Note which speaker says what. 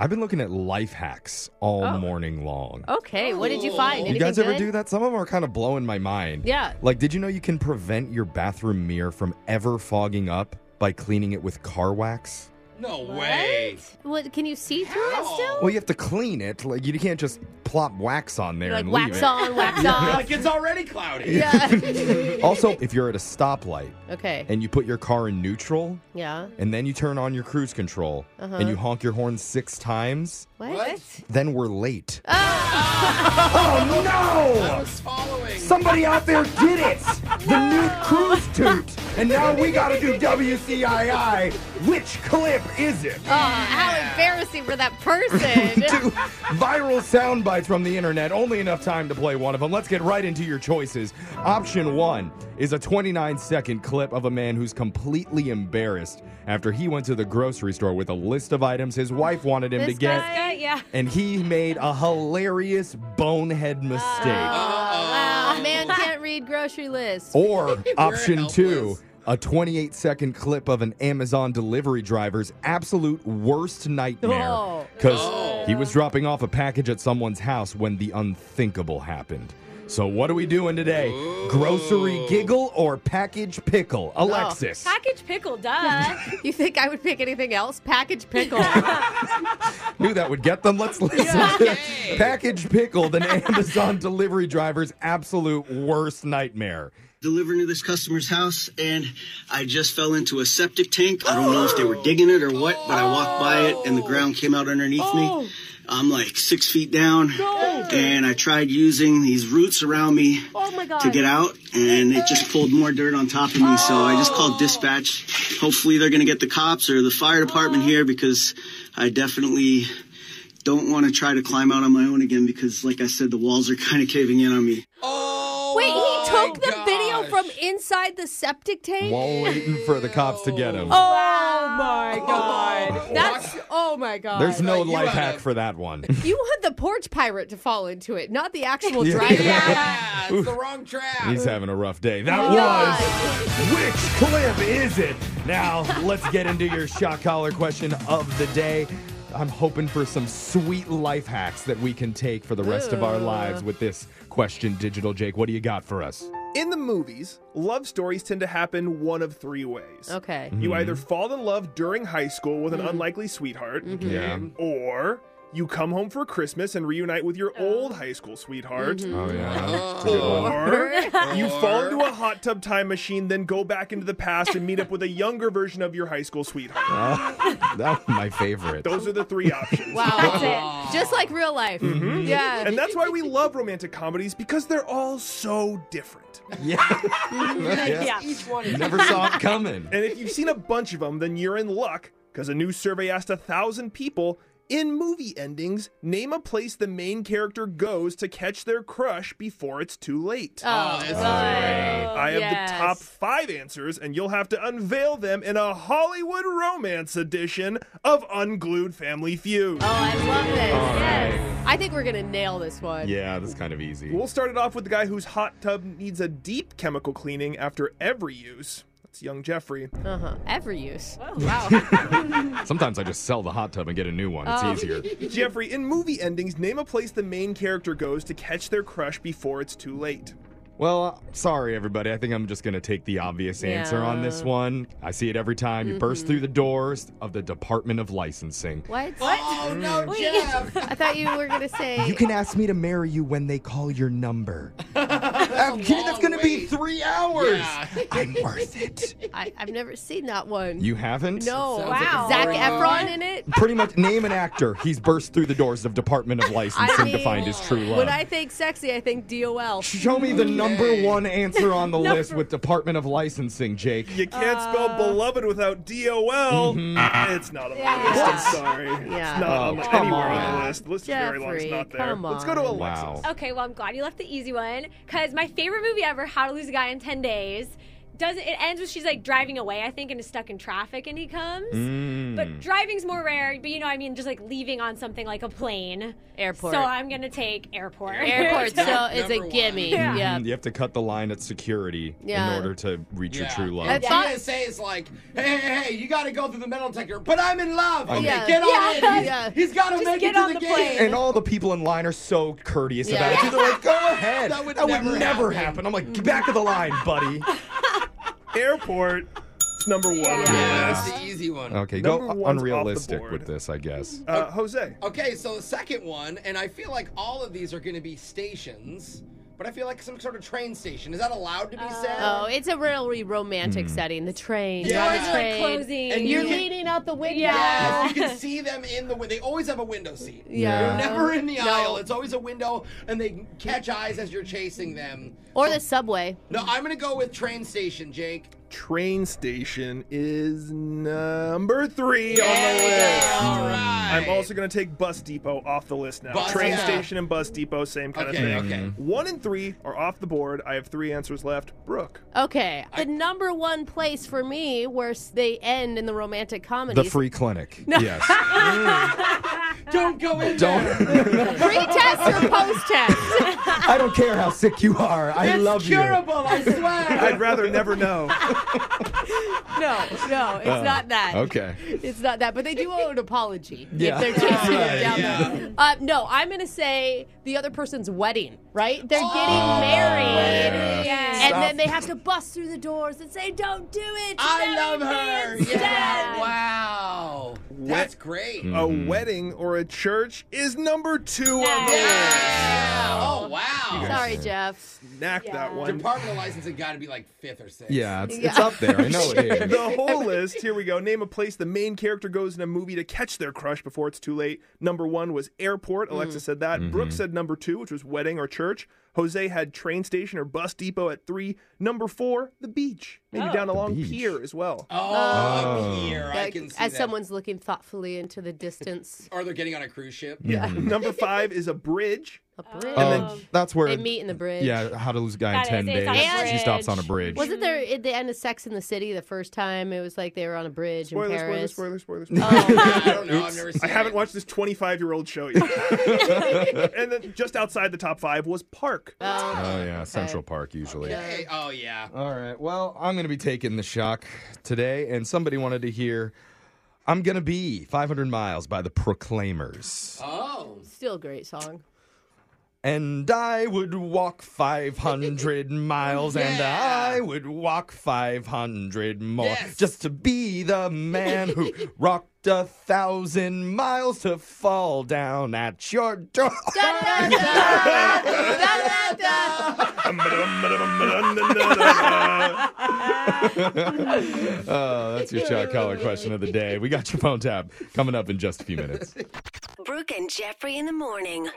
Speaker 1: I've been looking at life hacks all
Speaker 2: Oh.
Speaker 1: morning long.
Speaker 2: Okay, what did you find?
Speaker 1: Oh. You
Speaker 2: Anything
Speaker 1: guys ever
Speaker 2: good?
Speaker 1: do that? Some of them are kind of blowing my mind.
Speaker 2: Yeah.
Speaker 1: Like, did you know you can prevent your bathroom mirror from ever fogging up by cleaning it with car wax?
Speaker 3: No way.
Speaker 2: What? Can you see through it still?
Speaker 1: Well, you have to clean it. Like, you can't just plop wax on there
Speaker 2: like
Speaker 1: and
Speaker 2: wax
Speaker 1: leave
Speaker 2: on, wax
Speaker 3: Like
Speaker 2: off.
Speaker 3: it's already cloudy.
Speaker 2: Yeah.
Speaker 1: it. Also, if you're at a stoplight
Speaker 2: okay.
Speaker 1: and you put your car in neutral
Speaker 2: Yeah.
Speaker 1: and then you turn on your cruise control
Speaker 2: Uh-huh.
Speaker 1: and you honk your horn six times,
Speaker 2: What?
Speaker 3: What?
Speaker 1: then we're late.
Speaker 3: Oh I
Speaker 1: No!
Speaker 3: was following.
Speaker 1: Somebody out there did it! The new cruise toot! And now we gotta do WCII. Which clip is it?
Speaker 2: Oh,
Speaker 3: Uh.
Speaker 2: how embarrassing for that person.
Speaker 1: Two viral sound bites from the internet. Only enough time to play one of them. Let's get right into your choices. Option one is a 29 second clip of a man who's completely embarrassed after he went to the grocery store with a list of items his wife wanted him
Speaker 2: This
Speaker 1: to get.
Speaker 2: guy?
Speaker 4: yeah.
Speaker 1: And he made a hilarious bonehead mistake.
Speaker 2: Ah. wow. Man can't read grocery lists.
Speaker 1: Or option two,
Speaker 3: helpless.
Speaker 1: a 28 second clip of an Amazon delivery driver's absolute worst nightmare.
Speaker 2: Oh.
Speaker 1: Because he was dropping off a package at someone's house when the unthinkable happened. So, what are we doing today? Grocery giggle or package pickle?
Speaker 2: Oh,
Speaker 1: Alexis.
Speaker 4: Package pickle, duh.
Speaker 2: You think I would pick anything else? Package pickle. oh,
Speaker 1: Knew that would get them. Let's listen to Package Pickle, an Amazon delivery driver's absolute worst nightmare.
Speaker 5: delivering to this customer's house and I just fell into a septic tank. I don't know if they were digging it or what, but I walked by it and the ground came out underneath me. I'm like six feet down and I tried using these roots around me
Speaker 4: Oh my God.
Speaker 5: to get out and it just pulled more dirt on top of me. So I just called dispatch. Hopefully they're going to get the cops or the fire department here because I definitely don't want to try to climb out on my own again because like I said, the walls are kind of caving in on me.
Speaker 3: Oh
Speaker 2: Wait,
Speaker 3: my
Speaker 2: he took the video
Speaker 3: gosh.
Speaker 2: from inside the septic tank?
Speaker 1: While waiting for the cops to get him.
Speaker 2: Oh my god. That's oh my god.
Speaker 1: There's no
Speaker 3: you
Speaker 1: life
Speaker 3: gotta-
Speaker 1: hack for that one.
Speaker 2: You want the porch pirate to fall into it, not the actual driver.
Speaker 3: Yeah, it's the wrong trap.
Speaker 1: He's having a rough day. That
Speaker 2: God.
Speaker 1: was which clip is it? Now let's get into your shock collar question of the day. I'm hoping for some sweet life hacks that we can take for the rest of our
Speaker 2: Ooh.
Speaker 1: lives with this question, Digital Jake. What do you got for us?
Speaker 6: In the movies, love stories tend to happen one of three ways.
Speaker 2: Okay. Mm-hmm.
Speaker 6: You either fall in love during high school with an unlikely sweetheart,
Speaker 1: Yeah.
Speaker 6: or you come home for Christmas and reunite with your
Speaker 2: Oh.
Speaker 6: old high school sweetheart,
Speaker 2: Mm-hmm.
Speaker 1: Oh yeah.
Speaker 6: or you fall
Speaker 3: Or-
Speaker 6: into a hot tub time machine, then go back into the past and meet up with a younger version of your high school sweetheart.
Speaker 1: That's my favorite.
Speaker 6: Those are the three options.
Speaker 2: Wow. Just like real life. Yeah.
Speaker 6: And that's why we love romantic comedies because they're all so different.
Speaker 1: Yeah.
Speaker 4: yeah. Each one is.
Speaker 1: Never saw it coming.
Speaker 6: And if you've seen a bunch of them, then you're in luck, because a new survey asked a thousand people in movie endings name a place the main character goes to catch their crush before it's too late.
Speaker 2: oh,
Speaker 3: this is
Speaker 2: God.
Speaker 6: I have
Speaker 2: yes.
Speaker 6: the top five answers, and you'll have to unveil them in a Hollywood romance edition of Unglued Family Feud.
Speaker 2: Oh, I love this.
Speaker 1: right.
Speaker 2: I think we're gonna nail this one.
Speaker 1: Yeah, that's kind of easy.
Speaker 6: We'll start it off with the guy whose hot tub needs a deep chemical cleaning after every use. That's young Jeffrey.
Speaker 2: Uh-huh. Every use.
Speaker 1: Sometimes I just sell the hot tub and get a new one. It's
Speaker 2: Oh.
Speaker 1: easier.
Speaker 6: Jeffrey, in movie endings, name a place the main character goes to catch their crush before it's too late.
Speaker 1: Well, sorry, everybody. I think I'm just going to take the obvious answer on this one. I see it every time. You
Speaker 2: Mm-hmm.
Speaker 1: burst through the doors of the Department of Licensing.
Speaker 2: What?
Speaker 3: Oh no,
Speaker 4: Wait.
Speaker 3: Jeff.
Speaker 2: I thought you were gonna say
Speaker 1: You can ask me to marry you when they call your number. I'm kidding. That's
Speaker 3: long
Speaker 1: going to be
Speaker 3: wait.
Speaker 1: three hours.
Speaker 3: Yeah.
Speaker 1: I'm worth it.
Speaker 2: I, I've never seen that one.
Speaker 1: You haven't?
Speaker 2: no.
Speaker 3: Sounds like a
Speaker 4: Wow.
Speaker 2: Zach
Speaker 3: boring
Speaker 2: Efron
Speaker 3: movie.
Speaker 2: in it?
Speaker 1: Pretty much name an actor. He's burst through the doors of Department of Licensing to
Speaker 2: mean,
Speaker 1: find his true love.
Speaker 2: When I think sexy, I think DOL.
Speaker 1: Show me the number one answer on the list with Department of Licensing, Jake.
Speaker 6: You can't
Speaker 2: Uh.
Speaker 6: spell beloved without D-O-L. It's not on the list. I'm sorry.
Speaker 2: Yeah.
Speaker 6: It's not on
Speaker 1: Mm-hmm. Oh,
Speaker 6: the,
Speaker 1: come
Speaker 6: anywhere on.
Speaker 1: on.
Speaker 6: the list. List is very long. It's
Speaker 2: Jeffrey,
Speaker 6: not there.
Speaker 2: come
Speaker 6: Let's go to
Speaker 2: on.
Speaker 6: Alexis.
Speaker 1: Oh, Wow.
Speaker 4: Okay, well, I'm glad you left the easy one because my favorite movie ever, How to Lose a Guy in 10 Days, doesn't. It ends with she's like driving away, I think, and is stuck in traffic, and he comes.
Speaker 1: Mm.
Speaker 4: But driving's more rare. But you know, I mean, just like leaving on something like a plane.
Speaker 7: Airport.
Speaker 4: So I'm gonna take airport.
Speaker 7: Airport, so it's
Speaker 3: Number
Speaker 7: a
Speaker 3: one.
Speaker 7: gimme.
Speaker 4: Yeah.
Speaker 7: Yeah.
Speaker 1: Mm-hmm. You have to cut the line at security
Speaker 7: Yeah.
Speaker 1: in order to reach your true love.
Speaker 3: And
Speaker 7: That's fine.
Speaker 3: TSA is like, hey, hey, hey, you got to go through the metal detector, but I'm in love.
Speaker 2: Oh,
Speaker 3: Okay,
Speaker 7: Yeah.
Speaker 3: get on in.
Speaker 7: Yeah.
Speaker 3: He's-
Speaker 7: Yeah.
Speaker 3: he's got to make
Speaker 4: get
Speaker 3: it to
Speaker 4: on
Speaker 3: the,
Speaker 4: the
Speaker 3: gate.
Speaker 4: plane.
Speaker 1: And all the people in line are so courteous
Speaker 7: Yeah.
Speaker 1: about it. too. They're like, go ahead.
Speaker 3: That would
Speaker 1: never,
Speaker 3: never
Speaker 1: happen.
Speaker 3: happen.
Speaker 1: I'm like, get back to the line, buddy.
Speaker 6: Airport. It's number one. on the
Speaker 3: Yeah,
Speaker 6: list.
Speaker 3: that's the easy one.
Speaker 1: Okay,
Speaker 6: Number
Speaker 1: go
Speaker 6: one's off the
Speaker 1: unrealistic
Speaker 6: board.
Speaker 1: with this, I guess.
Speaker 6: Uh, Jose.
Speaker 3: Okay, so the second one, and I feel like all of these are going to be stations, but I feel like some sort of train station. Is that allowed to be said?
Speaker 7: Oh, it's a really
Speaker 1: Hmm.
Speaker 7: romantic setting. The train. You're
Speaker 3: Yeah.
Speaker 7: on
Speaker 3: It's
Speaker 7: the
Speaker 3: like
Speaker 7: train.
Speaker 4: closing.
Speaker 3: And
Speaker 7: You're
Speaker 3: You can-
Speaker 7: leaning out the window.
Speaker 4: Yeah.
Speaker 3: Yes, you can see them in the window. They always have a window seat.
Speaker 7: Yeah.
Speaker 3: They're never in the
Speaker 7: No.
Speaker 3: aisle. It's always a window, and they catch eyes as you're chasing them.
Speaker 7: Or the subway.
Speaker 3: No, I'm going to go with train station, Jake.
Speaker 6: Train station is number three on the list.
Speaker 3: All right.
Speaker 6: I'm also going to take Bus Depot off the list now.
Speaker 3: Bus-
Speaker 6: Train
Speaker 3: yeah.
Speaker 6: station and Bus Depot, same kind
Speaker 3: Okay,
Speaker 6: of thing.
Speaker 3: okay.
Speaker 6: One and three are off the board. I have three answers left. Brooke.
Speaker 7: Okay. The number one place for me where s- they end in the romantic comedy.
Speaker 1: The free clinic. Yes.
Speaker 3: Don't go in there.
Speaker 1: Don't.
Speaker 7: Pre-test or post-test?
Speaker 1: I don't care how sick you are. I
Speaker 3: It's
Speaker 1: love
Speaker 3: curable, I swear.
Speaker 6: I'd rather never know.
Speaker 3: Mm-hmm.
Speaker 7: no, no,
Speaker 1: Uh,
Speaker 7: it's not that.
Speaker 1: you. Okay.
Speaker 7: It's not that, but they do owe an apology
Speaker 1: Yeah.
Speaker 7: if they're chasing
Speaker 1: Right,
Speaker 7: it down there. Uh, no, I'm going to say the other person's wedding, right?
Speaker 3: Oh,
Speaker 7: They're getting married.
Speaker 1: yeah.
Speaker 7: And then they have to bust through the doors and say, "Don't do it."
Speaker 3: I
Speaker 7: That
Speaker 3: love
Speaker 7: would be
Speaker 3: her.
Speaker 7: instead."
Speaker 3: Yeah. Wow. That's great.
Speaker 6: a wedding or a church is number two on the list.
Speaker 3: Yeah. Oh, wow.
Speaker 7: Sorry, Jeff.
Speaker 6: Knack that one.
Speaker 3: Department of licensing got to be like fifth or sixth.
Speaker 1: Yeah, it's, it's up there. I know it is.
Speaker 6: the whole list. Here we go. Name a place the main character goes in a movie to catch their crush before it's too late. Number one was airport. Alexa said that. Brooke said number two, which was wedding or church. Jose had train station or bus depot at three. Number four, the beach. Maybe
Speaker 4: Oh.
Speaker 6: down along
Speaker 1: beach.
Speaker 6: pier as well.
Speaker 3: Oh, here I
Speaker 7: Like,
Speaker 3: can see
Speaker 7: as
Speaker 3: that.
Speaker 7: someone's looking thoughtfully into the distance,
Speaker 3: Or they're getting on a cruise ship.
Speaker 6: number five is a bridge.
Speaker 7: a bridge.
Speaker 3: Oh.
Speaker 1: Um, that's where.
Speaker 7: they meet in the bridge.
Speaker 1: Yeah, how to lose a guy in
Speaker 4: That is,
Speaker 1: 10
Speaker 4: it's
Speaker 1: days.
Speaker 4: on
Speaker 7: a
Speaker 1: She
Speaker 7: bridge.
Speaker 1: stops on a bridge.
Speaker 7: Wasn't there at the end of Sex in the City the first time? It was like they were on a bridge in
Speaker 6: Spoilers, spoilers,
Speaker 7: Paris.
Speaker 6: spoilers, spoilers. spoilers.
Speaker 3: I don't know. I've never seen
Speaker 6: I haven't
Speaker 3: it.
Speaker 6: watched this 25 year old show yet. and then just outside the top five was Park.
Speaker 1: oh, yeah, Central Park usually.
Speaker 3: Hey, oh, yeah.
Speaker 1: All right. Well, I'm going to be taking the shock today, and somebody wanted to hear I'm going to be 500 miles by the Proclaimers.
Speaker 3: Oh.
Speaker 7: Still a great song.
Speaker 1: And I would walk 500 miles, and
Speaker 3: Yeah.
Speaker 1: I would walk 500 more
Speaker 3: Yes.
Speaker 1: just to be the man who rocked a thousand miles to fall down at your door. oh, that's your shot collar question of the day. We got your phone tab coming up in just a few minutes.
Speaker 8: Brooke and Jeffrey in the morning.